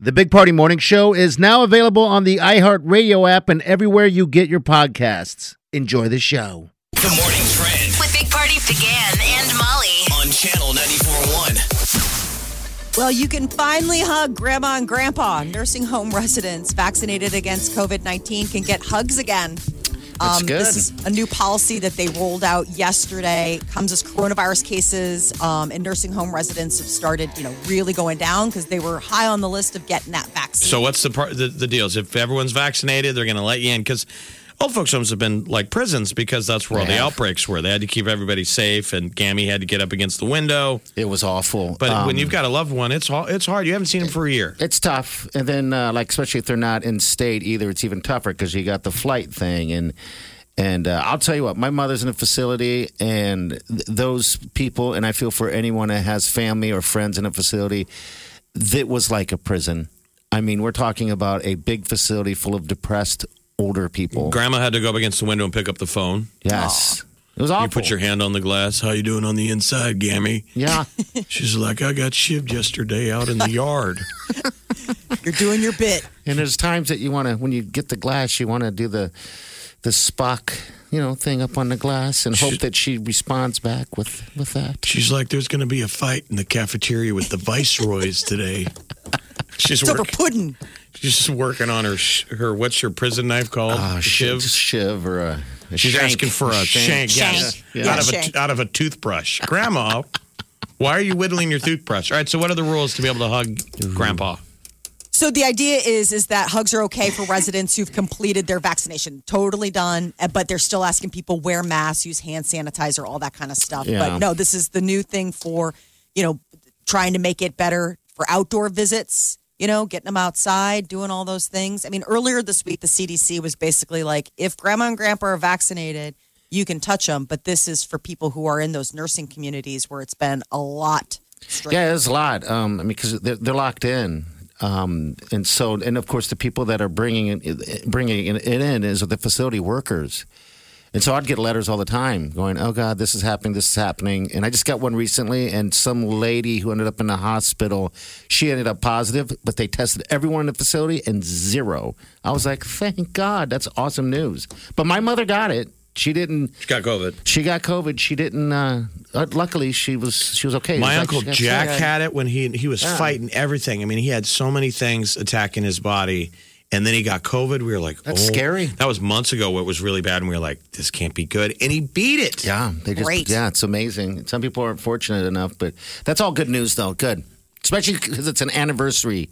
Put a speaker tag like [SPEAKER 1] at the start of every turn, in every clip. [SPEAKER 1] The Big Party Morning Show is now available on the iHeartRadio app and everywhere you get your podcasts. Enjoy the show.
[SPEAKER 2] The morning trend
[SPEAKER 3] With Big Party began and Molly.
[SPEAKER 2] on channel 941.
[SPEAKER 4] Well, you can finally hug grandma and grandpa. Nursing home residents vaccinated against COVID 19 can get hugs again. Um,
[SPEAKER 1] That's good.
[SPEAKER 4] This is a new policy that they rolled out yesterday. Comes as coronavirus cases um, and nursing home residents have started, you know, really going down because they were high on the list of getting that vaccine.
[SPEAKER 5] So what's the part the, the deal? Is if everyone's vaccinated, they're going to let you in because old folks homes have been like prisons because that's where all the
[SPEAKER 1] Yeah.
[SPEAKER 5] outbreaks were. They had to keep everybody safe, and Gammy had to get up against the window.
[SPEAKER 1] It was awful.
[SPEAKER 5] But
[SPEAKER 1] Um,
[SPEAKER 5] when you've got a loved one, it's ho- it's hard. You haven't seen him for a year.
[SPEAKER 1] It's tough, and then uh, like especially if they're not in state either, it's even tougher because you got the flight thing, and and uh, I'll tell you what, my mother's in a facility, and th- those people, and I feel for anyone that has family or friends in a facility that was like a prison. I mean, we're talking about a big facility full of depressed older people.
[SPEAKER 5] Grandma had to go up against the window and pick up the phone.
[SPEAKER 1] yes, it was awful.
[SPEAKER 5] You put your hand on the glass. How you doing on the inside, Gammy?
[SPEAKER 1] yeah,
[SPEAKER 5] She's like, I got shivved yesterday out in the yard.
[SPEAKER 4] You're doing your bit.
[SPEAKER 1] and there's times that you want to when you get the glass, you want to do the the Spock. You know, thing up on the glass, and hope that she responds back with with that.
[SPEAKER 5] She's like, there's going to be a fight in the cafeteria with the viceroys today. She's
[SPEAKER 4] It's over
[SPEAKER 5] working.
[SPEAKER 4] pudding.
[SPEAKER 5] She's just working on her sh- her what's her prison knife called?
[SPEAKER 1] Oh,
[SPEAKER 5] uh, Shiv.
[SPEAKER 1] shiv, shiv, or a, a
[SPEAKER 5] She's
[SPEAKER 1] shank.
[SPEAKER 5] asking for a shank, yes.
[SPEAKER 1] Yeah.
[SPEAKER 5] out
[SPEAKER 4] Yeah,
[SPEAKER 5] of a
[SPEAKER 4] shank.
[SPEAKER 5] out of a toothbrush. Grandma, why are you whittling your toothbrush? All right, so what are the rules to be able to hug grandpa?
[SPEAKER 4] So the idea is is that hugs are okay for residents who've completed their vaccination, totally done, uh, but they're still asking people wear masks, use hand sanitizer, all that kind of stuff.
[SPEAKER 1] Yeah.
[SPEAKER 4] But no, this is the new thing for, you know, trying to make it better for outdoor visits, you know, getting them outside, doing all those things. I mean, earlier this week the CDC was basically like if grandma and grandpa are vaccinated, you can touch them, but this is for people who are in those nursing communities where it's been a lot stricter.
[SPEAKER 1] Yeah, it's a lot. Um, I mean, because they're, they're locked in, um, and so and of course the people that are bringing it, bringing it in is the facility workers. And so I'd get letters all the time going, "Oh God, this is happening, this is happening." And I just got one recently, and some lady who ended up in the hospital, she ended up positive, but they tested everyone in the facility and zero. I was like, "Thank God, that's awesome news." But my mother got it. She didn't.
[SPEAKER 5] She got COVID.
[SPEAKER 1] She got COVID. She didn't. Uh, uh, luckily, she was she was okay.
[SPEAKER 5] My
[SPEAKER 1] It was like
[SPEAKER 5] uncle
[SPEAKER 1] she got
[SPEAKER 5] Jack
[SPEAKER 1] sick.
[SPEAKER 5] had it when he he was fighting everything. I mean, he had so many things attacking his body, and then he got COVID. We were like,
[SPEAKER 1] That's
[SPEAKER 5] oh.
[SPEAKER 1] scary.
[SPEAKER 5] That was months ago. It was really bad, and we were like, this can't be good. And he beat it.
[SPEAKER 1] Yeah, they just
[SPEAKER 4] Great.
[SPEAKER 1] yeah, it's amazing. Some people aren't fortunate enough, but that's all good news though. Good, especially because it's an anniversary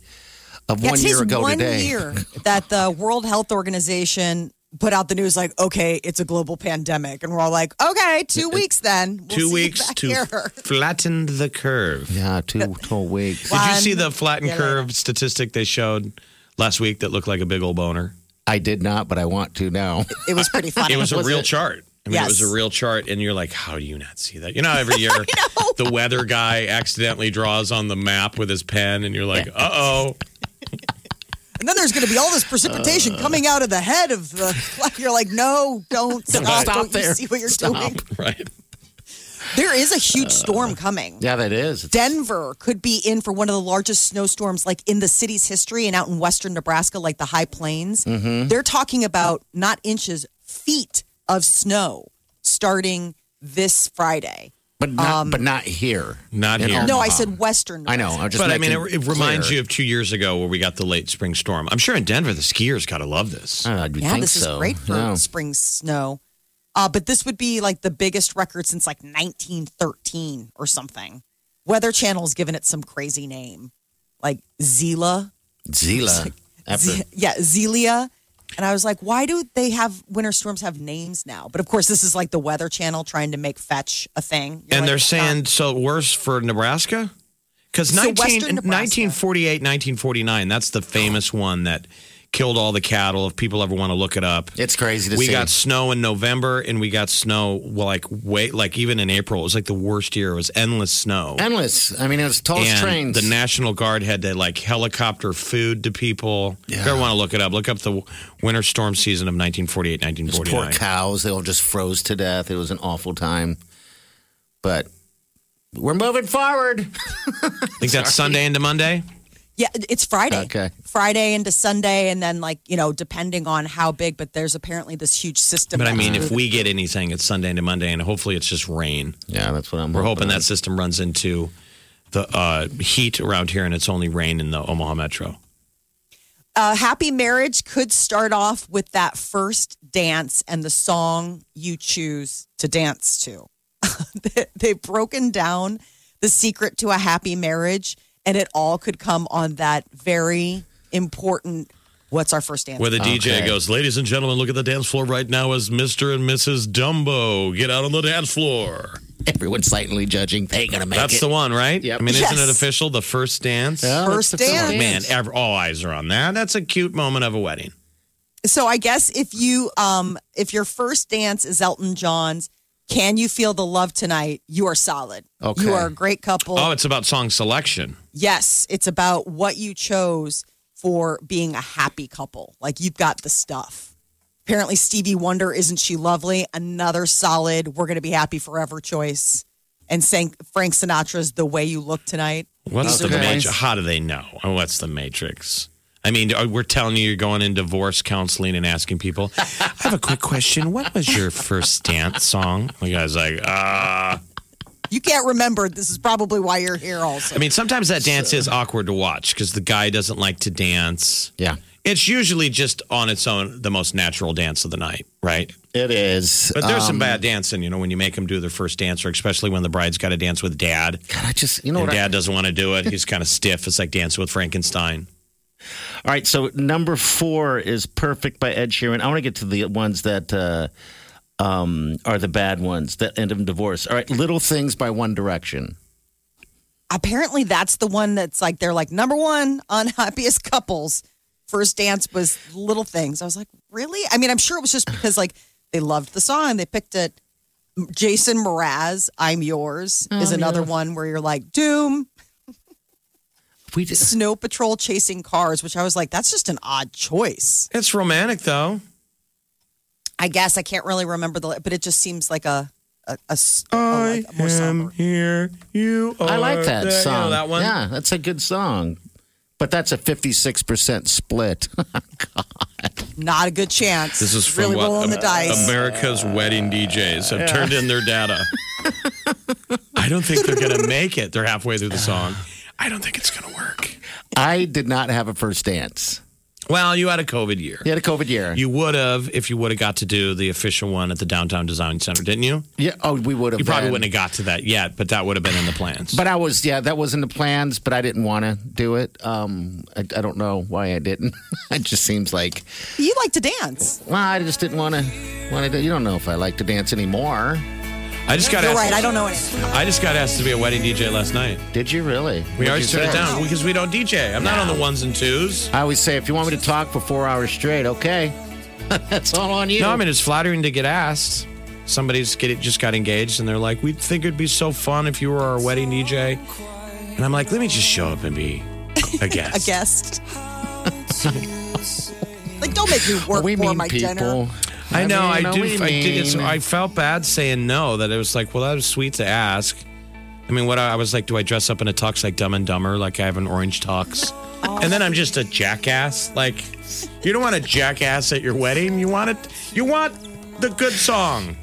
[SPEAKER 1] of
[SPEAKER 4] Yeah,
[SPEAKER 1] one
[SPEAKER 4] today's
[SPEAKER 1] year ago
[SPEAKER 4] one
[SPEAKER 1] today.
[SPEAKER 4] year that the World Health Organization put out the news like, okay, it's a global pandemic, and we're all like, okay, two weeks then. We'll see
[SPEAKER 5] Two
[SPEAKER 4] you
[SPEAKER 5] weeks
[SPEAKER 4] back
[SPEAKER 5] to
[SPEAKER 4] here.
[SPEAKER 5] flatten the curve.
[SPEAKER 1] Yeah, two whole weeks.
[SPEAKER 5] Did you
[SPEAKER 4] Fun.
[SPEAKER 5] see the flattened
[SPEAKER 4] Yeah.
[SPEAKER 5] curve statistic they showed last week that looked like a big old boner?
[SPEAKER 1] I did not, but I want to now.
[SPEAKER 4] It was pretty funny.
[SPEAKER 5] It was a
[SPEAKER 1] Was
[SPEAKER 5] real
[SPEAKER 1] it?
[SPEAKER 5] chart. I mean, it was
[SPEAKER 4] Yes.
[SPEAKER 5] a real chart, and you're like, how do you not see that? You know, how every year the weather guy accidentally draws on the map with his pen, and you're like, uh oh.
[SPEAKER 4] and then there's going to be all this precipitation coming out of the head of the. You're like, no, don't stop.
[SPEAKER 1] Stop
[SPEAKER 4] don't
[SPEAKER 1] there.
[SPEAKER 4] you see what you're doing?
[SPEAKER 5] Right.
[SPEAKER 4] There is a huge storm coming.
[SPEAKER 1] yeah, that is. It's-
[SPEAKER 4] Denver could be in for one of the largest snowstorms like in the city's history and out in western Nebraska, like the high plains.
[SPEAKER 1] Mm-hmm.
[SPEAKER 4] They're talking about not inches, feet of snow starting this Friday.
[SPEAKER 1] but not, but not here.
[SPEAKER 5] Not
[SPEAKER 1] In
[SPEAKER 5] here.
[SPEAKER 4] Um, No, I
[SPEAKER 1] Omaha.
[SPEAKER 4] said western.
[SPEAKER 1] Uh-huh. I know. I'm just.
[SPEAKER 5] But I mean, it,
[SPEAKER 1] making
[SPEAKER 5] it reminds
[SPEAKER 1] clear.
[SPEAKER 5] you of two years ago where we got the late spring storm. I'm sure in Denver, the skiers got to love this.
[SPEAKER 1] Uh, I'd
[SPEAKER 4] Yeah,
[SPEAKER 1] think
[SPEAKER 4] this
[SPEAKER 1] so.
[SPEAKER 4] is great for
[SPEAKER 1] Yeah.
[SPEAKER 4] spring snow. Uh, but this would be like the biggest record since like 1913 or something. Weather Channel's given it some crazy name, like Zila.
[SPEAKER 1] Zila. After,
[SPEAKER 4] Z- yeah, Zelia. And I was like, why do they have winter storms have names now? But of course, this is like the Weather Channel trying to make fetch a thing. You're
[SPEAKER 5] and
[SPEAKER 4] like,
[SPEAKER 5] they're saying, so worse for Nebraska? Because
[SPEAKER 4] So
[SPEAKER 5] 19,
[SPEAKER 4] Western Nebraska.
[SPEAKER 5] 1948, 1949, that's the famous one that killed all the cattle. If people ever want to look it up,
[SPEAKER 1] It's crazy to
[SPEAKER 5] we
[SPEAKER 1] see.
[SPEAKER 5] got snow in November and we got snow well, like wait, like even in April. It was like the worst year. It was endless snow.
[SPEAKER 1] endless. I mean, it was tall as
[SPEAKER 5] and
[SPEAKER 1] trains.
[SPEAKER 5] the National Guard had to like helicopter food to people. If you ever want to look it up, look up the winter storm season of 1948,
[SPEAKER 1] Those poor
[SPEAKER 5] 1949.
[SPEAKER 1] cows, they all just froze to death. It was an awful time. But we're moving forward.
[SPEAKER 5] I think that's Sunday into Monday.
[SPEAKER 4] Yeah, it's Friday.
[SPEAKER 1] Okay.
[SPEAKER 4] Friday into Sunday, and then like you know, depending on how big. But there's apparently this huge system.
[SPEAKER 5] But I
[SPEAKER 4] that's
[SPEAKER 5] mean,
[SPEAKER 4] through
[SPEAKER 5] if
[SPEAKER 4] the-
[SPEAKER 5] we get anything, it's Sunday into Monday, and hopefully it's just rain.
[SPEAKER 1] Yeah, that's what I'm
[SPEAKER 5] We're hoping
[SPEAKER 1] on.
[SPEAKER 5] that system runs into the uh, heat around here, and it's only rain in the Omaha Metro.
[SPEAKER 4] a happy marriage could start off with that first dance and the song you choose to dance to. They- They've broken down the secret to a happy marriage, and it all could come on that very important. What's our first dance?
[SPEAKER 5] Where the
[SPEAKER 1] Okay.
[SPEAKER 5] DJ goes, Ladies and gentlemen, look at the dance floor right now as Mr. and Mrs. Dumbo get out on the dance floor.
[SPEAKER 1] Everyone's silently judging. They ain't gonna make
[SPEAKER 5] That's
[SPEAKER 1] it.
[SPEAKER 5] the one, right?
[SPEAKER 1] Yep.
[SPEAKER 5] I mean, isn't
[SPEAKER 4] Yes.
[SPEAKER 5] it official? The first dance?
[SPEAKER 1] Yeah, that's
[SPEAKER 4] First
[SPEAKER 1] the first
[SPEAKER 4] dance.
[SPEAKER 5] Oh, Man, ev- all eyes are on that. That's a cute moment of a wedding.
[SPEAKER 4] so I guess if you um if your first dance is Elton John's, can you feel the love tonight? You are solid.
[SPEAKER 1] Okay.
[SPEAKER 4] You are a great couple.
[SPEAKER 5] Oh, it's about song selection.
[SPEAKER 4] Yes, it's about what you chose for being a happy couple. Like you've got the stuff. Apparently, Stevie Wonder, Isn't She Lovely? Another solid, we're going to be happy forever choice. And sang Frank Sinatra's The Way You Look Tonight.
[SPEAKER 5] What's
[SPEAKER 1] These are
[SPEAKER 5] the
[SPEAKER 1] the
[SPEAKER 5] matrix?
[SPEAKER 1] ones-
[SPEAKER 5] How do they know? Oh, What's the matrix? I mean, are- we're telling you you're going in divorce counseling and asking people. I have a quick question. What was your first dance song? The guy's like, ah.
[SPEAKER 4] You can't remember. This is probably why you're here, also.
[SPEAKER 5] I mean, sometimes that dance is awkward to watch because the guy doesn't like to dance.
[SPEAKER 1] Yeah,
[SPEAKER 5] It's usually just on its own the most natural dance of the night, right?
[SPEAKER 1] it is.
[SPEAKER 5] But there's
[SPEAKER 1] Um,
[SPEAKER 5] some bad dancing, you know, when you make them do their first dance, or especially when the bride's got to dance with dad.
[SPEAKER 1] God, Uh, I just you know
[SPEAKER 5] And
[SPEAKER 1] what? I-
[SPEAKER 5] dad doesn't want to do it. He's kind of stiff. It's like dancing with Frankenstein.
[SPEAKER 1] all right, so number four is "Perfect" by Ed Sheeran. I want to get to the ones that uh, um, are the bad ones that end in divorce. All right, "Little Things" by One Direction.
[SPEAKER 4] Apparently, that's the one that's like, they're like, number one, unhappiest couples. First dance was Little Things. I was like, really? I mean, I'm sure it was just because, like, they loved the song, they picked it. Jason Mraz, I'm Yours, is another one where you're like, Doom,
[SPEAKER 1] We just
[SPEAKER 4] Snow Patrol chasing cars, which I was like, that's just an odd choice.
[SPEAKER 5] It's romantic, though.
[SPEAKER 4] I guess I can't really remember the, but it just seems like a, a, a, s- a- like a more somber.
[SPEAKER 5] here. You
[SPEAKER 1] I like that
[SPEAKER 5] there. You know
[SPEAKER 1] song.
[SPEAKER 5] that one?
[SPEAKER 1] Yeah, that's a good song. But that's a 56% split.
[SPEAKER 4] Not a good chance.
[SPEAKER 5] This is from
[SPEAKER 4] really
[SPEAKER 5] what uh,
[SPEAKER 4] rolling the
[SPEAKER 5] Am-
[SPEAKER 4] dice.
[SPEAKER 5] America's wedding DJs have turned in their data. I don't think they're going to make it. They're halfway through the song. I don't think it's going to work.
[SPEAKER 1] I did not have a first dance.
[SPEAKER 5] Well, you had a COVID year.
[SPEAKER 1] You had a COVID year.
[SPEAKER 5] You would have if you would have got to do the official one at the Downtown Design Center, didn't you?
[SPEAKER 1] yeah, oh, we would have.
[SPEAKER 5] You probably
[SPEAKER 1] been.
[SPEAKER 5] wouldn't have got to that yet, but that would have been in the plans.
[SPEAKER 1] But I was, yeah, that was in the plans, but I didn't want to do it. Um, I, I don't know why I didn't. it just seems like,
[SPEAKER 4] You like to dance.
[SPEAKER 1] well, I just didn't want to. Want to do, you don't know if I like to dance anymore.
[SPEAKER 5] I just got
[SPEAKER 4] You're
[SPEAKER 5] asked.
[SPEAKER 4] right. I don't know anything.
[SPEAKER 5] I just got asked to be a wedding DJ last night.
[SPEAKER 1] Did you really?
[SPEAKER 5] We
[SPEAKER 1] What'd
[SPEAKER 5] always
[SPEAKER 1] you
[SPEAKER 5] turn it
[SPEAKER 1] say?
[SPEAKER 5] down because we don't DJ. I'm not on the ones and twos.
[SPEAKER 1] I always say, if you want me to talk for four hours straight, okay. that's all on you.
[SPEAKER 5] No, I mean it's flattering to get asked. Somebody's get it, just got engaged, and they're like, "We think it'd be so fun if you were our wedding DJ." And I'm like, "Let me just show up and be a guest."
[SPEAKER 4] A guest. like, don't make me work
[SPEAKER 1] we
[SPEAKER 4] for
[SPEAKER 1] mean
[SPEAKER 4] my
[SPEAKER 1] people.
[SPEAKER 4] dinner.
[SPEAKER 5] I know. I,
[SPEAKER 1] mean,
[SPEAKER 5] do.
[SPEAKER 1] we
[SPEAKER 5] I did. It's,
[SPEAKER 1] mean-
[SPEAKER 5] I felt bad saying no. That it was like, well, that was sweet to ask. I mean, what I, I was like, do I dress up in a tux like Dumb and Dumber? Like I have an orange tux, and then I'm just a jackass. Like you don't want a jackass at your wedding. You want it. You want the good song.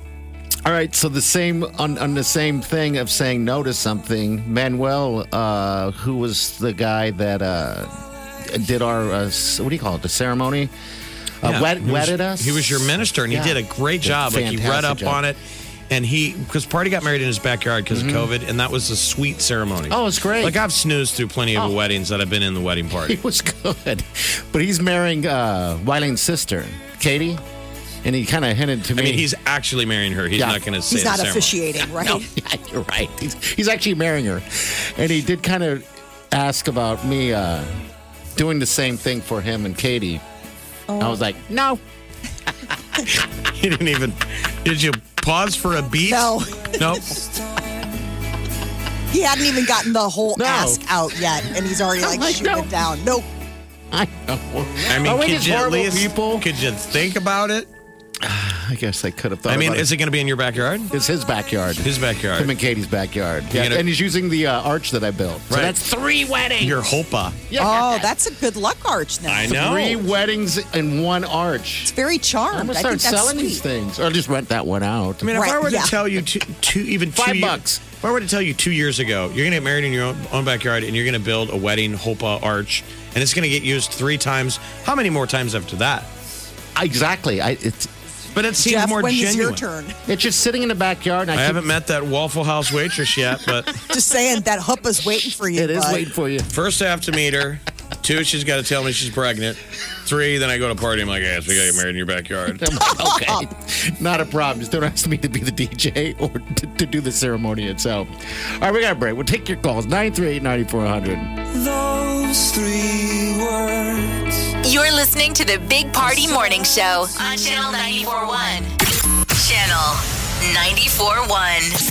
[SPEAKER 1] All right, so the same on, on the same thing of saying no to something. Manuel, uh, who was the guy that uh, did our uh, s- what do you call it, the ceremony, uh,
[SPEAKER 5] Yeah.
[SPEAKER 1] wed-
[SPEAKER 5] He was-
[SPEAKER 1] wedded us.
[SPEAKER 5] He was your minister, and he
[SPEAKER 1] Yeah.
[SPEAKER 5] did a great
[SPEAKER 1] Did a
[SPEAKER 5] job. Like he read
[SPEAKER 1] fantastic
[SPEAKER 5] up
[SPEAKER 1] job.
[SPEAKER 5] on it, and he because party got married in his backyard because of COVID, and that was a sweet ceremony.
[SPEAKER 1] Mm-hmm. Oh, it's great. Oh.
[SPEAKER 5] Like I've snoozed through plenty of weddings that I've been in the wedding party.
[SPEAKER 1] He was good, but he's marrying uh, Wylene's sister, Katie, and he kind of hinted to me.
[SPEAKER 5] I mean, he's actually marrying her. He's
[SPEAKER 1] Yeah.
[SPEAKER 5] not going to say
[SPEAKER 4] He's
[SPEAKER 5] the
[SPEAKER 4] not
[SPEAKER 5] ceremony.
[SPEAKER 4] officiating, right?
[SPEAKER 1] Yeah, you're right. He's, he's actually marrying her, and he did kind of ask about me uh, doing the same thing for him and Katie. I was like, no.
[SPEAKER 5] You didn't even. Did you pause for a beat?
[SPEAKER 4] No.
[SPEAKER 5] Nope.
[SPEAKER 4] He hadn't even gotten the whole
[SPEAKER 1] No.
[SPEAKER 4] ask out yet, and he's already like,
[SPEAKER 1] like,
[SPEAKER 4] shooting
[SPEAKER 1] no.
[SPEAKER 4] it down. Nope.
[SPEAKER 1] I know.
[SPEAKER 5] I mean,
[SPEAKER 1] Are Oh, we
[SPEAKER 5] could
[SPEAKER 1] just
[SPEAKER 5] you at
[SPEAKER 1] horrible
[SPEAKER 5] least
[SPEAKER 1] people?
[SPEAKER 5] could you think about it?
[SPEAKER 1] I guess I could have thought.
[SPEAKER 5] I mean,
[SPEAKER 1] about
[SPEAKER 5] is it going to be in your backyard?
[SPEAKER 1] It's his backyard.
[SPEAKER 5] His backyard.
[SPEAKER 1] Him and Katie's backyard.
[SPEAKER 5] You
[SPEAKER 1] Yeah,
[SPEAKER 5] gotta-
[SPEAKER 1] and he's using the uh, arch that I built. So
[SPEAKER 5] Right.
[SPEAKER 1] that's three weddings.
[SPEAKER 5] Your hopa.
[SPEAKER 4] Oh, that's a good luck arch now.
[SPEAKER 5] I know.
[SPEAKER 1] three weddings in one arch.
[SPEAKER 4] It's very
[SPEAKER 1] I'm
[SPEAKER 4] charmed.
[SPEAKER 1] gonna
[SPEAKER 4] Oh, I
[SPEAKER 1] start
[SPEAKER 4] think that's
[SPEAKER 1] selling these
[SPEAKER 4] sweet.
[SPEAKER 1] things, or just rent that one out.
[SPEAKER 5] I mean, if I
[SPEAKER 4] Right,
[SPEAKER 5] were
[SPEAKER 4] yeah.
[SPEAKER 5] to tell you two, two even two
[SPEAKER 1] Five
[SPEAKER 5] year-
[SPEAKER 1] bucks.
[SPEAKER 5] if I were to tell you two years ago, you're going to get married in your own, own backyard and you're going to build a wedding hopa arch, and it's going to get used three times. How many more times after that?
[SPEAKER 1] exactly. I, it's
[SPEAKER 5] But it seems
[SPEAKER 4] Jeff,
[SPEAKER 5] more
[SPEAKER 4] when
[SPEAKER 5] genuine.
[SPEAKER 4] is your turn?
[SPEAKER 1] it's just sitting in the backyard. And
[SPEAKER 5] I
[SPEAKER 1] I, keep-
[SPEAKER 5] haven't met that Waffle House waitress yet, but
[SPEAKER 4] Just saying that Huppa's waiting for you.
[SPEAKER 1] It is
[SPEAKER 4] bud.
[SPEAKER 1] waiting for you.
[SPEAKER 5] first I have to meet her. Two, she's got to tell me she's pregnant. Three, then I go to party. I'm like, hey, so we got to get married in your backyard.
[SPEAKER 1] I'm like, okay, not a problem. Just don't ask me to be the DJ or to, to do the ceremony itself. All right, we got a break. We'll take your calls 938 9400.
[SPEAKER 6] Those three words.
[SPEAKER 3] You're listening to the Big Party Morning Show on Channel 941. Channel 941.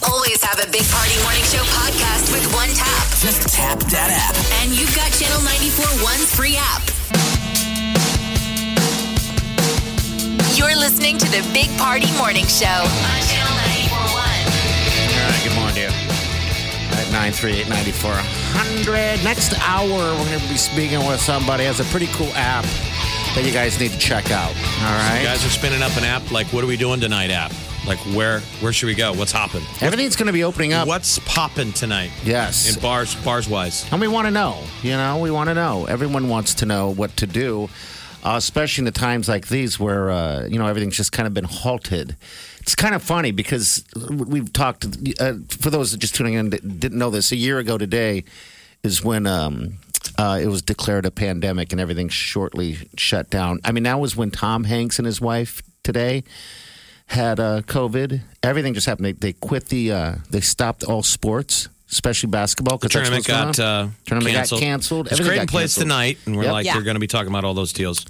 [SPEAKER 3] Always have a Big Party Morning Show podcast with one tap.
[SPEAKER 6] Just tap that app.
[SPEAKER 3] And you've got Channel 941's free app. You're listening to the Big Party Morning Show on Channel 941.
[SPEAKER 1] All right, good morning to you. At 938 9400. Next hour, we're going to be speaking with somebody who has a pretty cool app that you guys need to check out. All right.
[SPEAKER 5] You guys are spinning up an app like, what are we doing tonight? App like, where where should we go? What's hopping?
[SPEAKER 1] Everything's going to be opening up.
[SPEAKER 5] What's popping tonight?
[SPEAKER 1] Yes.
[SPEAKER 5] in bars bars wise.
[SPEAKER 1] And we want to know, you know, we want to know. Everyone wants to know what to do, uh, especially in the times like these where, uh, you know, everything's just kind of been halted. It's kind of funny because we've talked, uh, for those that just tuning in that didn't know this, a year ago today is when um, uh, it was declared a pandemic and everything shortly shut down. I mean, that was when Tom Hanks and his wife today had uh, COVID. Everything just happened. They, they quit the. Uh, they stopped all sports, especially basketball. 'cause that's
[SPEAKER 5] Tournament
[SPEAKER 1] what's
[SPEAKER 5] got
[SPEAKER 1] going
[SPEAKER 5] uh,
[SPEAKER 1] on. tournament
[SPEAKER 5] canceled.
[SPEAKER 1] got canceled.
[SPEAKER 5] It's
[SPEAKER 1] Everything
[SPEAKER 5] Creighton
[SPEAKER 1] got
[SPEAKER 5] plays
[SPEAKER 1] canceled.
[SPEAKER 5] tonight, and we're
[SPEAKER 1] Yep.
[SPEAKER 5] like
[SPEAKER 4] Yeah.
[SPEAKER 5] they're going to be talking about all those deals.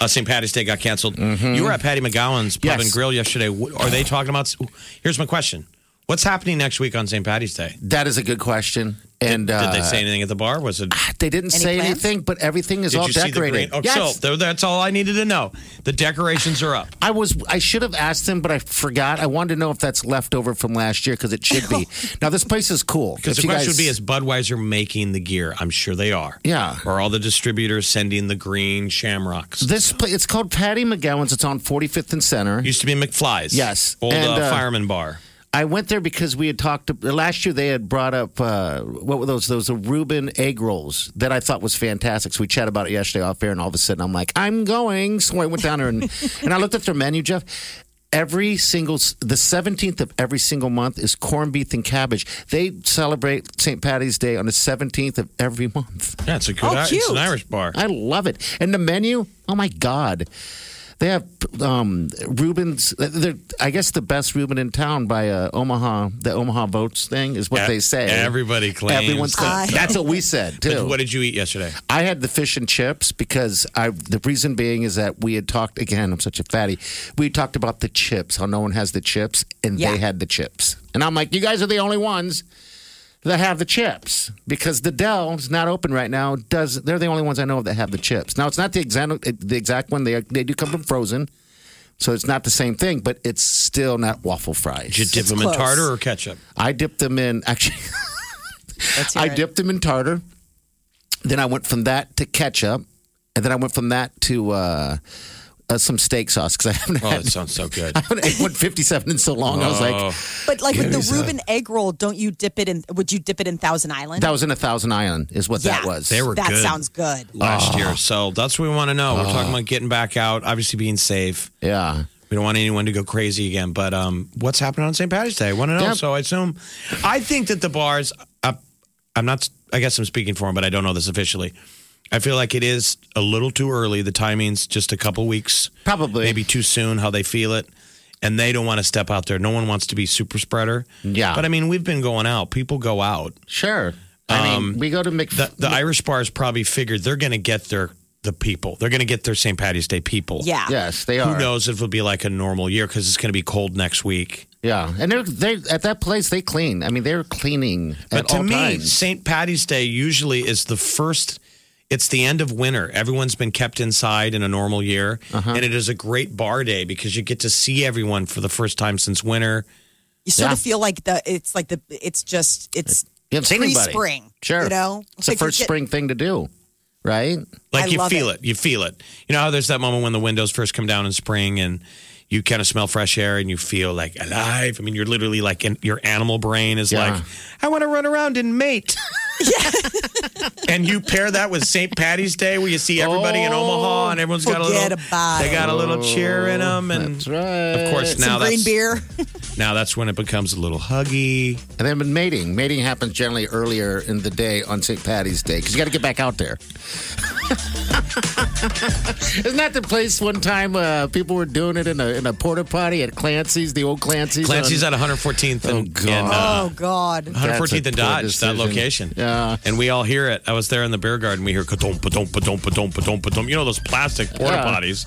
[SPEAKER 5] Uh, St. Patty's Day got canceled. You were at Patty McGowan's Pub
[SPEAKER 1] Mm-hmm. Yes.
[SPEAKER 5] and Grill yesterday. Wh- Are they talking about? Here's my question: What's happening next week on St. Patty's Day?
[SPEAKER 1] That is a good question. And
[SPEAKER 5] Did
[SPEAKER 1] uh,
[SPEAKER 5] they say anything at the bar? Was it?
[SPEAKER 1] They didn't
[SPEAKER 4] Any
[SPEAKER 1] say
[SPEAKER 4] plans?
[SPEAKER 1] anything, but everything is
[SPEAKER 5] Did
[SPEAKER 1] all
[SPEAKER 5] you see the green?
[SPEAKER 1] decorated.
[SPEAKER 5] Oh,
[SPEAKER 1] yes.
[SPEAKER 5] So th- that's all I needed to know. The decorations are up.
[SPEAKER 1] I was I should have asked him, but I forgot. I wanted to know if that's left over from last year because it should be. now this place is cool.
[SPEAKER 5] Because
[SPEAKER 1] If
[SPEAKER 5] the
[SPEAKER 1] you
[SPEAKER 5] question
[SPEAKER 1] guys-
[SPEAKER 5] would be: Is Budweiser making the gear? I'm sure they are.
[SPEAKER 1] Yeah.
[SPEAKER 5] Or all the distributors sending the green shamrocks?
[SPEAKER 1] this place? It's called Patty McGowan's. It's on 45th and Center.
[SPEAKER 5] Used to be McFly's.
[SPEAKER 1] Yes.
[SPEAKER 5] Old
[SPEAKER 1] And,
[SPEAKER 5] uh,
[SPEAKER 1] uh,
[SPEAKER 5] fireman bar.
[SPEAKER 1] I went there because we had talked last year. They had brought up uh, what were those? Those Reuben egg rolls that I thought was fantastic. So we chatted about it yesterday off air, and all of a sudden I'm like, I'm going. So I went down there and, and I looked at their menu, Jeff. Every single the seventeenth of every single month is corned beef and cabbage. They celebrate St. Patty's Day on the seventeenth of every month.
[SPEAKER 5] Yeah, it's a good.
[SPEAKER 4] Oh,
[SPEAKER 5] It's an
[SPEAKER 4] cute.
[SPEAKER 5] Irish bar.
[SPEAKER 1] I love it. And the menu, oh my god, they have um, Rubens. They're I guess the best Reuben in town by uh, Omaha. The Omaha votes thing is what
[SPEAKER 5] E-
[SPEAKER 1] they say.
[SPEAKER 5] everybody claims
[SPEAKER 1] Everyone's
[SPEAKER 5] that,
[SPEAKER 1] that's what we said too.
[SPEAKER 5] What did you eat yesterday?
[SPEAKER 1] I had the fish and chips because I. The reason being is that we had talked again. I'm such a fatty. We talked about the chips. How no one has the chips, and
[SPEAKER 4] Yeah.
[SPEAKER 1] they had the chips. And I'm like, you guys are the only ones that have the chips because the Dell's not open right now. Does they're the only ones I know of that have the chips. Now it's not the exact the exact one. They they do come from frozen, so it's not the same thing. But it's still not waffle fries.
[SPEAKER 5] Did you dip them in
[SPEAKER 4] close.
[SPEAKER 5] tartar or ketchup?
[SPEAKER 1] I dipped them in actually.
[SPEAKER 4] Let's hear
[SPEAKER 1] I
[SPEAKER 4] it.
[SPEAKER 1] dipped them in tartar. Then I went from that to ketchup, and then I went from that to uh, uh, some steak sauce because I haven't
[SPEAKER 5] Oh,
[SPEAKER 1] had.
[SPEAKER 5] that sounds so good.
[SPEAKER 1] I haven't had one fifty-seven in so long. I was
[SPEAKER 5] Oh.
[SPEAKER 1] like,
[SPEAKER 4] But like with the
[SPEAKER 1] Gary's, uh,
[SPEAKER 4] Reuben egg roll, don't you dip it in? Would you dip it in Thousand Island?
[SPEAKER 1] that was in a thousand ion, is what that
[SPEAKER 4] Yeah.
[SPEAKER 1] was.
[SPEAKER 5] They were
[SPEAKER 4] that
[SPEAKER 5] good.
[SPEAKER 4] sounds good.
[SPEAKER 5] Last
[SPEAKER 4] Ah.
[SPEAKER 5] year, so that's what we want to know. We're talking about getting back out, obviously being safe.
[SPEAKER 1] yeah.
[SPEAKER 5] We don't want anyone to go crazy again. But um, what's happening on St. Patrick's Day? I want to know.
[SPEAKER 1] Yeah.
[SPEAKER 5] So I assume, I think that the bars. I, I'm not. I guess I'm speaking for him, but I don't know this officially. I feel like it is a little too early. The timing's just a couple weeks,
[SPEAKER 1] Probably.
[SPEAKER 5] maybe too soon. How they feel it, and they don't want to step out there. No one wants to be super spreader.
[SPEAKER 1] Yeah.
[SPEAKER 5] But I mean, we've been going out. People go out.
[SPEAKER 1] Sure. I mean, Um, we go to Mc.
[SPEAKER 5] The, the Irish bars probably figured they're going to get their the people. They're going to get their St. Patty's Day people.
[SPEAKER 4] Yeah.
[SPEAKER 1] yes, they
[SPEAKER 5] Who
[SPEAKER 1] are.
[SPEAKER 5] knows if it'll be like a normal year because it's going to be cold next week.
[SPEAKER 1] Yeah, and they're they at that place. They clean. I mean, they're cleaning.
[SPEAKER 5] But
[SPEAKER 1] at
[SPEAKER 5] to
[SPEAKER 1] all
[SPEAKER 5] me,
[SPEAKER 1] times.
[SPEAKER 5] St. Patty's Day usually is the first. It's the end of winter. Everyone's been kept inside in a normal year,
[SPEAKER 1] Uh-huh.
[SPEAKER 5] and it is a great bar day because you get to see everyone for the first time since winter.
[SPEAKER 4] You sort of
[SPEAKER 1] Yeah.
[SPEAKER 4] feel like the it's like the it's just it's
[SPEAKER 1] you haven't seen anybody.
[SPEAKER 4] pre-spring,
[SPEAKER 1] Sure,
[SPEAKER 4] you know?
[SPEAKER 1] it's the
[SPEAKER 4] Like you
[SPEAKER 1] first
[SPEAKER 4] get-
[SPEAKER 1] spring thing to do, right?
[SPEAKER 5] Like
[SPEAKER 4] I
[SPEAKER 5] you
[SPEAKER 4] love
[SPEAKER 5] feel
[SPEAKER 4] it.
[SPEAKER 5] it. You feel it. You know how there's that moment when the windows first come down in spring and you kind of smell fresh air and you feel like alive. I mean, you're literally like in, your animal brain is
[SPEAKER 1] Yeah.
[SPEAKER 5] like, I want to run around and mate. and you pair that with St. Patty's Day where you see everybody in Omaha and everyone's got a
[SPEAKER 4] Oh, Forget
[SPEAKER 5] little,
[SPEAKER 4] about
[SPEAKER 5] they got a little cheer in them. And
[SPEAKER 1] Oh, That's right.
[SPEAKER 5] of course,
[SPEAKER 4] some
[SPEAKER 5] now
[SPEAKER 4] green
[SPEAKER 5] that's,
[SPEAKER 4] beer.
[SPEAKER 5] now that's when it becomes a little huggy.
[SPEAKER 1] And then with mating, mating happens generally earlier in the day on St. Patty's Day because you got to get back out there. Isn't that the place one time uh, people were doing it in a in a porta potty at Clancy's, the old Clancy's?
[SPEAKER 5] Clancy's
[SPEAKER 1] on-
[SPEAKER 5] at 114th
[SPEAKER 1] Oh,
[SPEAKER 5] and,
[SPEAKER 1] God.
[SPEAKER 5] and, uh,
[SPEAKER 4] oh God.
[SPEAKER 5] 114th
[SPEAKER 1] That's a poor
[SPEAKER 5] and Dodge,
[SPEAKER 1] decision.
[SPEAKER 5] that location.
[SPEAKER 1] Yeah.
[SPEAKER 5] And we all hear it. I was there in the beer garden. We hear ka-dum, pa-dum, pa-dum, pa-dum, pa-dum, pa-dum. You know those plastic porta
[SPEAKER 1] Yeah.
[SPEAKER 5] potties.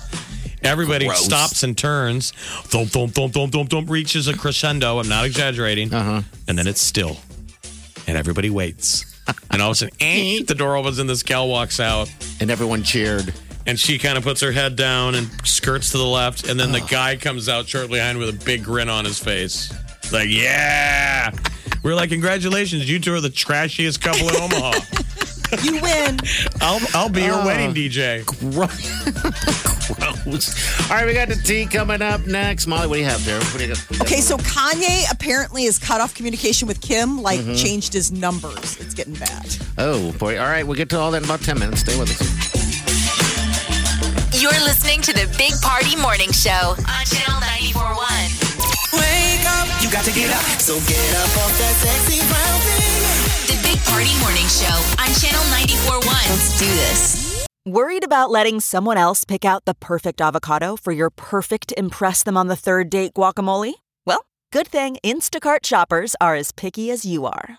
[SPEAKER 5] Everybody
[SPEAKER 1] Gross.
[SPEAKER 5] stops and turns. Thump, thump, thump, thump, thump, thump, reaches a crescendo. I'm not exaggerating. Uh-huh. And then it's still. And everybody waits. And all of a sudden, eh, the door opens and this gal walks out.
[SPEAKER 1] and everyone cheered.
[SPEAKER 5] And she kind of puts her head down and skirts to the left. And then the guy comes out shortly behind with a big grin on his face. Like, yeah. We're like, congratulations, you two are the trashiest couple in Omaha.
[SPEAKER 4] You win.
[SPEAKER 5] I'll, I'll be your wedding DJ.
[SPEAKER 1] Gross. All right, we got the tea coming up next. Molly, what do you have there? What do you got?
[SPEAKER 4] Okay, so Kanye apparently has cut off communication with Kim, like
[SPEAKER 1] Mm-hmm.
[SPEAKER 4] changed his numbers. It's getting bad.
[SPEAKER 1] Oh boy! All right, we'll get to all that in about ten minutes. Stay with us.
[SPEAKER 3] You're listening to the Big Party Morning Show on Channel 941.
[SPEAKER 6] Wake up, you got to get up.
[SPEAKER 2] So get up off that sexy brown thing.
[SPEAKER 3] The Big Party Morning Show on Channel 941. Let's do this.
[SPEAKER 7] Worried about letting someone else pick out the perfect avocado for your perfect Impress Them on the Third Date guacamole? Well, good thing Instacart shoppers are as picky as you are.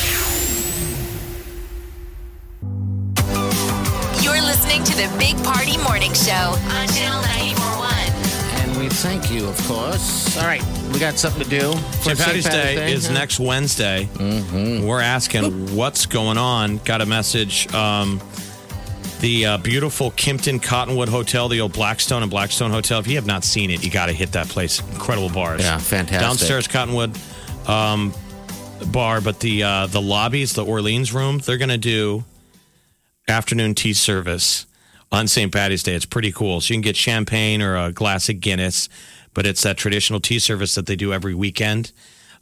[SPEAKER 3] You're listening to the Big Party Morning Show on Channel 941.
[SPEAKER 1] And we thank you, of course. All right, we got something to do. for
[SPEAKER 5] St. Patty's Day, is
[SPEAKER 1] huh?
[SPEAKER 5] next Wednesday. We're asking what's going on. Got a message. Um, the uh, beautiful Kimpton Cottonwood Hotel, the old Blackstone and Blackstone Hotel. If you have not seen it, you got to hit that place. Incredible bars.
[SPEAKER 1] Yeah, fantastic.
[SPEAKER 5] Downstairs Cottonwood um, bar, but the uh, the lobbies, the Orleans room, they're going to do afternoon tea service on St. Patty's Day. It's pretty cool. So you can get champagne or a glass of Guinness, but it's that traditional tea service that they do every weekend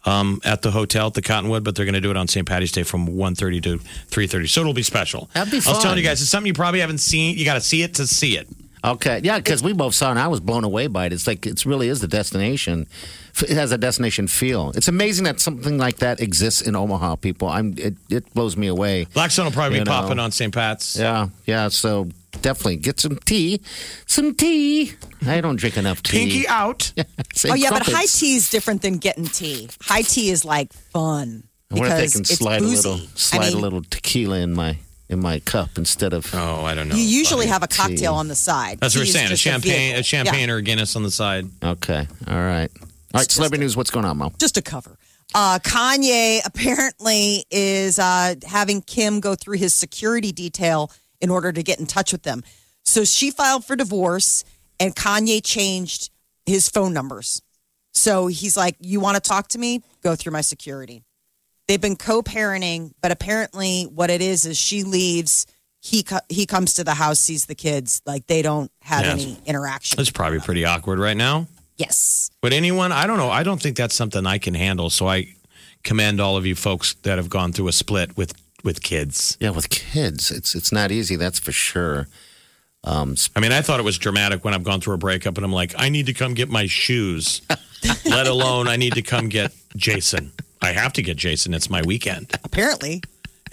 [SPEAKER 5] um, at the hotel at the Cottonwood. But they're going to do it on St. Patty's Day from 1.30 to three thirty. So it'll be special.
[SPEAKER 1] That'd be
[SPEAKER 5] I was telling
[SPEAKER 1] fun.
[SPEAKER 5] you guys, it's something you probably haven't seen. You got to see it to see it.
[SPEAKER 1] Okay, yeah, because we both saw it and I was blown away by it. It's like it really is the destination. F- It has a destination feel. It's amazing that something like that exists in Omaha. People, I'm it, it blows me away.
[SPEAKER 5] Blackstone will probably
[SPEAKER 1] You
[SPEAKER 5] be
[SPEAKER 1] know.
[SPEAKER 5] popping on St. Pat's.
[SPEAKER 1] Yeah, yeah. So definitely get some tea, some tea. I don't drink enough tea.
[SPEAKER 5] Pinky out.
[SPEAKER 4] Oh yeah, but high tea is different than getting tea. High tea is like fun.
[SPEAKER 1] I wonder if they
[SPEAKER 4] because
[SPEAKER 1] can
[SPEAKER 4] it's
[SPEAKER 1] slide
[SPEAKER 4] boozy.
[SPEAKER 1] a little, slide
[SPEAKER 4] I mean,
[SPEAKER 1] a little tequila in my in my cup instead of.
[SPEAKER 5] Oh, I don't know.
[SPEAKER 4] You usually have a
[SPEAKER 1] Tea.
[SPEAKER 4] cocktail on the side.
[SPEAKER 5] That's what we're
[SPEAKER 4] Tea is
[SPEAKER 5] saying. A
[SPEAKER 4] just
[SPEAKER 5] champagne, a,
[SPEAKER 4] vehicle.
[SPEAKER 5] champagne
[SPEAKER 4] Yeah,
[SPEAKER 5] or a Guinness on the side.
[SPEAKER 1] Okay, all right, all right. Celebrity news. What's going on, Mo?
[SPEAKER 4] just a cover. Uh, Kanye apparently is uh, having Kim go through his security detail in order to get in touch with them. So she filed for divorce, and Kanye changed his phone numbers. So he's like, "You want to talk to me? Go through my security." They've been co-parenting, but apparently, what it is is she leaves. He co- he comes to the house, sees the kids. Like they don't have
[SPEAKER 5] Yeah.
[SPEAKER 4] any interaction.
[SPEAKER 5] That's probably pretty awkward right now.
[SPEAKER 4] Yes,
[SPEAKER 5] But anyone, I don't know. I don't think that's something I can handle. So I commend all of you folks that have gone through a split with with kids.
[SPEAKER 1] Yeah, with kids, it's it's not easy. That's for sure.
[SPEAKER 5] I mean, I thought it was dramatic when I've gone through a breakup and I'm like, I need to come get my shoes, let alone I need to come get Jason. I have to get Jason. It's my weekend.
[SPEAKER 4] Apparently.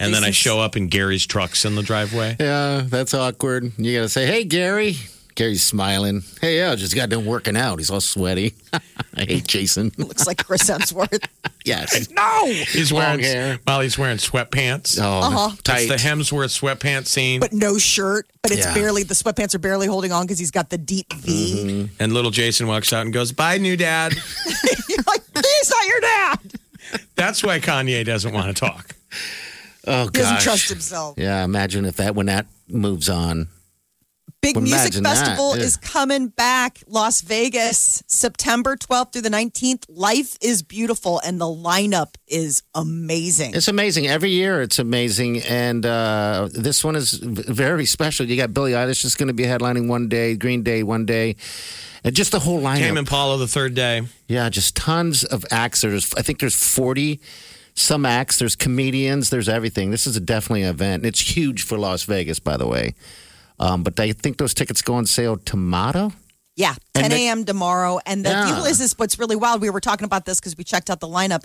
[SPEAKER 5] And then I show up and Gary's truck's in the driveway.
[SPEAKER 1] Yeah, Uh, that's awkward. You got to say, "Hey, Gary." Gary's smiling. Hey, yeah, just got done working out. He's all sweaty. I hate Jason.
[SPEAKER 4] Looks like Chris Hemsworth.
[SPEAKER 1] yes.
[SPEAKER 5] No! He's
[SPEAKER 1] Long
[SPEAKER 5] wearing,
[SPEAKER 1] hair.
[SPEAKER 5] while he's wearing sweatpants.
[SPEAKER 1] Oh,
[SPEAKER 4] Uh-huh.
[SPEAKER 5] That's
[SPEAKER 1] tight.
[SPEAKER 5] the Hemsworth sweatpants scene.
[SPEAKER 4] but no shirt. But it's
[SPEAKER 1] Yeah.
[SPEAKER 4] barely the sweatpants are barely holding on because he's got the deep
[SPEAKER 1] Mm-hmm.
[SPEAKER 4] V.
[SPEAKER 5] and little Jason walks out and goes, Bye, new dad.
[SPEAKER 4] You're like, he's not your dad.
[SPEAKER 5] That's why Kanye doesn't want to talk.
[SPEAKER 1] oh,
[SPEAKER 4] He doesn't
[SPEAKER 1] gosh.
[SPEAKER 4] trust himself.
[SPEAKER 1] Yeah, imagine if that when that moves on.
[SPEAKER 4] Big
[SPEAKER 1] Well,
[SPEAKER 4] Music
[SPEAKER 1] imagine that.
[SPEAKER 4] Festival
[SPEAKER 1] Yeah.
[SPEAKER 4] is coming back, Las Vegas, September 12th through the 19th. Life is beautiful, and the lineup is amazing.
[SPEAKER 1] It's amazing. Every year it's amazing. And uh, this one is v- very special. You got Billie Eilish is going to be headlining one day, Green Day one day, and just the whole lineup.
[SPEAKER 5] Came Impala the third day.
[SPEAKER 1] Yeah, just tons of acts. There's, I think there's 40 some acts. There's comedians. There's everything. This is a definitely an event. It's huge for Las Vegas, by the way. Um, but I think those tickets go on sale tomorrow.
[SPEAKER 4] Yeah, 10
[SPEAKER 1] And the-
[SPEAKER 4] a.m. tomorrow. And the
[SPEAKER 1] Yeah.
[SPEAKER 4] deal is, is what's really wild. We were talking about this because we checked out the lineup.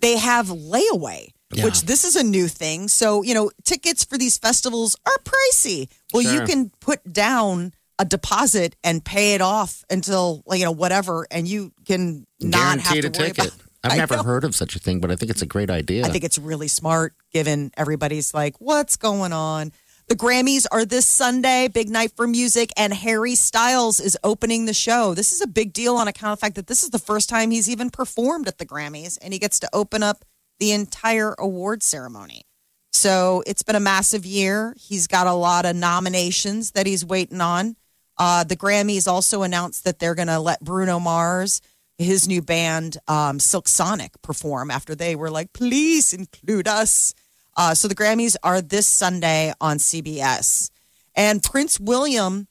[SPEAKER 4] They have layaway, which this is a new thing. So, you know, tickets for these festivals are pricey. Well, you
[SPEAKER 1] Sure.
[SPEAKER 4] can put down a deposit and pay it off until, like, you know, whatever, and you can not
[SPEAKER 1] Guaranteed
[SPEAKER 4] have to
[SPEAKER 1] a
[SPEAKER 4] worry
[SPEAKER 1] ticket.
[SPEAKER 4] about
[SPEAKER 1] I've
[SPEAKER 4] I
[SPEAKER 1] never
[SPEAKER 4] know.
[SPEAKER 1] heard of such a thing, but I think it's a great idea.
[SPEAKER 4] I think it's really smart given everybody's like, what's going on? The Grammys are this Sunday, big night for music, and Harry Styles is opening the show. This is a big deal on account of the fact that this is the first time he's even performed at the Grammys, and he gets to open up the entire award ceremony. So it's been a massive year. He's got a lot of nominations that he's waiting on. Uh, the Grammys also announced that they're going to let Bruno Mars, his new band, um, Silk Sonic, perform after they were like, please include us. Uh, so the Grammys are this Sunday on CBS. And Prince William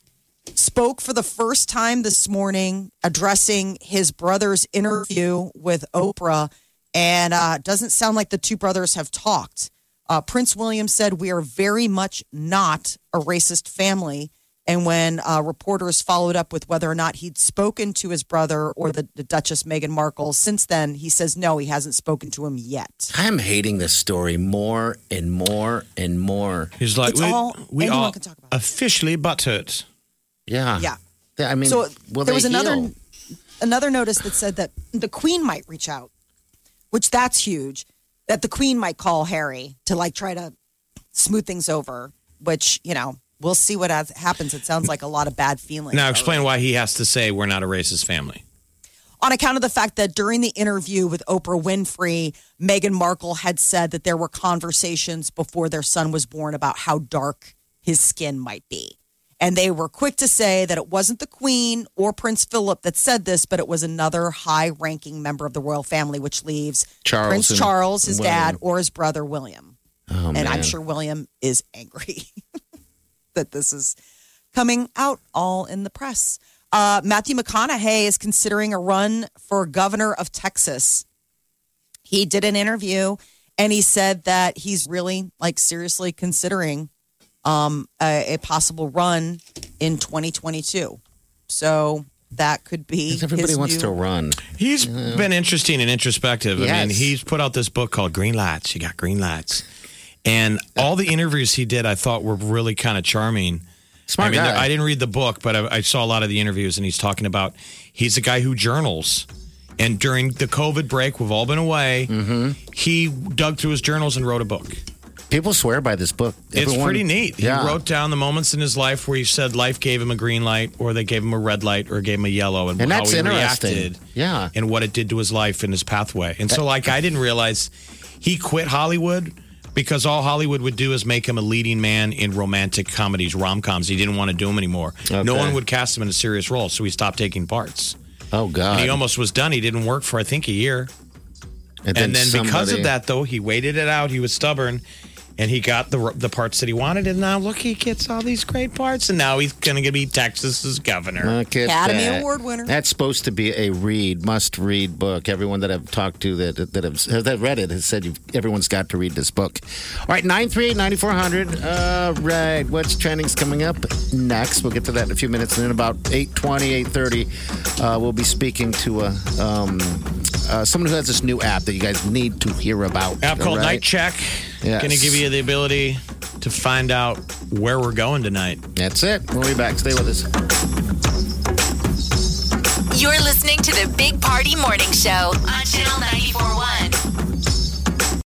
[SPEAKER 4] spoke for the first time this morning addressing his brother's interview with Oprah. And uh, it doesn't sound like the two brothers have talked. Uh, Prince William said, We are very much not a racist family. And when uh, reporters followed up with whether or not he'd spoken to his brother or the, the Duchess Meghan Markle, since then, he says, No, he hasn't spoken to him yet.
[SPEAKER 1] I'm hating this story more and more and more.
[SPEAKER 5] He's like,
[SPEAKER 4] It's
[SPEAKER 5] We,
[SPEAKER 4] all-
[SPEAKER 5] we
[SPEAKER 4] anyone
[SPEAKER 5] are
[SPEAKER 4] can talk about it."
[SPEAKER 5] officially butthurt.
[SPEAKER 1] Yeah.
[SPEAKER 4] Yeah.
[SPEAKER 1] I mean,
[SPEAKER 4] So
[SPEAKER 1] will
[SPEAKER 4] there
[SPEAKER 1] they
[SPEAKER 4] was another
[SPEAKER 1] heal?
[SPEAKER 4] another notice that said that the Queen might reach out, which that's huge. That the Queen might call Harry to like try to smooth things over, which you know we'll see what has- happens. It sounds like oh, a lot of bad feelings.
[SPEAKER 5] Now explain why he has to say we're not a racist family.
[SPEAKER 4] on account of the fact that during the interview with Oprah Winfrey, Meghan Markle had said that there were conversations before their son was born about how dark his skin might be. And they were quick to say that it wasn't the Queen or Prince Philip that said this, but it was another high ranking member of the royal family, which leaves
[SPEAKER 1] Charles
[SPEAKER 4] Prince
[SPEAKER 1] and
[SPEAKER 4] Charles, his dad,
[SPEAKER 1] William.
[SPEAKER 4] or his brother William.
[SPEAKER 1] Oh,
[SPEAKER 4] and I'm
[SPEAKER 1] man.
[SPEAKER 4] sure William is angry that this is coming out all in the press. Uh, Matthew McConaughey is considering a run for governor of Texas. He did an interview and he said that he's really, like, seriously considering um, a, a possible run in 2022. So that could be.
[SPEAKER 1] Because everybody
[SPEAKER 4] his
[SPEAKER 1] wants
[SPEAKER 4] new-
[SPEAKER 1] to run.
[SPEAKER 5] He's been interesting and introspective. I mean,
[SPEAKER 1] Yes.
[SPEAKER 5] he's put out this book called Green Lights. You got green lights. And all the interviews he did, I thought were really kind of charming.
[SPEAKER 1] Smart
[SPEAKER 5] I mean,
[SPEAKER 1] guy.
[SPEAKER 5] I didn't read the book, but I, I saw a lot of the interviews, and he's talking about he's a guy who journals. And during the COVID break, we've all been away.
[SPEAKER 1] Mm-hmm.
[SPEAKER 5] He dug through his journals and wrote a book.
[SPEAKER 1] People swear by this book.
[SPEAKER 5] It's
[SPEAKER 1] Everyone-
[SPEAKER 5] pretty neat.
[SPEAKER 1] Yeah.
[SPEAKER 5] He wrote down the moments in his life where he said life gave him a green light, or they gave him a red light, or gave him a yellow, and,
[SPEAKER 1] And
[SPEAKER 5] how
[SPEAKER 1] that's
[SPEAKER 5] he
[SPEAKER 1] interesting.
[SPEAKER 5] reacted.
[SPEAKER 1] Yeah.
[SPEAKER 5] and what it did to his life and his pathway. And so, like, I didn't realize he quit Hollywood because all Hollywood would do is make him a leading man in romantic comedies, rom coms. He didn't want to do them anymore.
[SPEAKER 1] Okay.
[SPEAKER 5] No one would cast him in a serious role, so he stopped taking parts.
[SPEAKER 1] Oh God!
[SPEAKER 5] And he almost was done. He didn't work for I think a year. And then because of
[SPEAKER 1] somebody-
[SPEAKER 5] that, though, he waited it out. He was stubborn. and he got the the parts that he wanted, and now look, he gets all these great parts, and now he's going to be Texas's governor.
[SPEAKER 1] Look at
[SPEAKER 4] Academy
[SPEAKER 1] that.
[SPEAKER 4] Award winner.
[SPEAKER 1] That's supposed to be a read, must read book. Everyone that I've talked to that that have that read it has said you've, everyone's got to read this book. All right, 938-9400. All right, what's trending's coming up next? We'll get to that in a few minutes. And then about 820, 830, uh, we'll be speaking to a, um, uh, someone who has this new app that you guys need to hear about.
[SPEAKER 5] App
[SPEAKER 1] All
[SPEAKER 5] called
[SPEAKER 1] right?
[SPEAKER 5] Night Check.
[SPEAKER 1] Yes.
[SPEAKER 5] Going to give you the ability to find out where we're going tonight.
[SPEAKER 1] That's it. We'll be back. Stay with us.
[SPEAKER 3] You're listening to the Big Party Morning Show on Channel 941.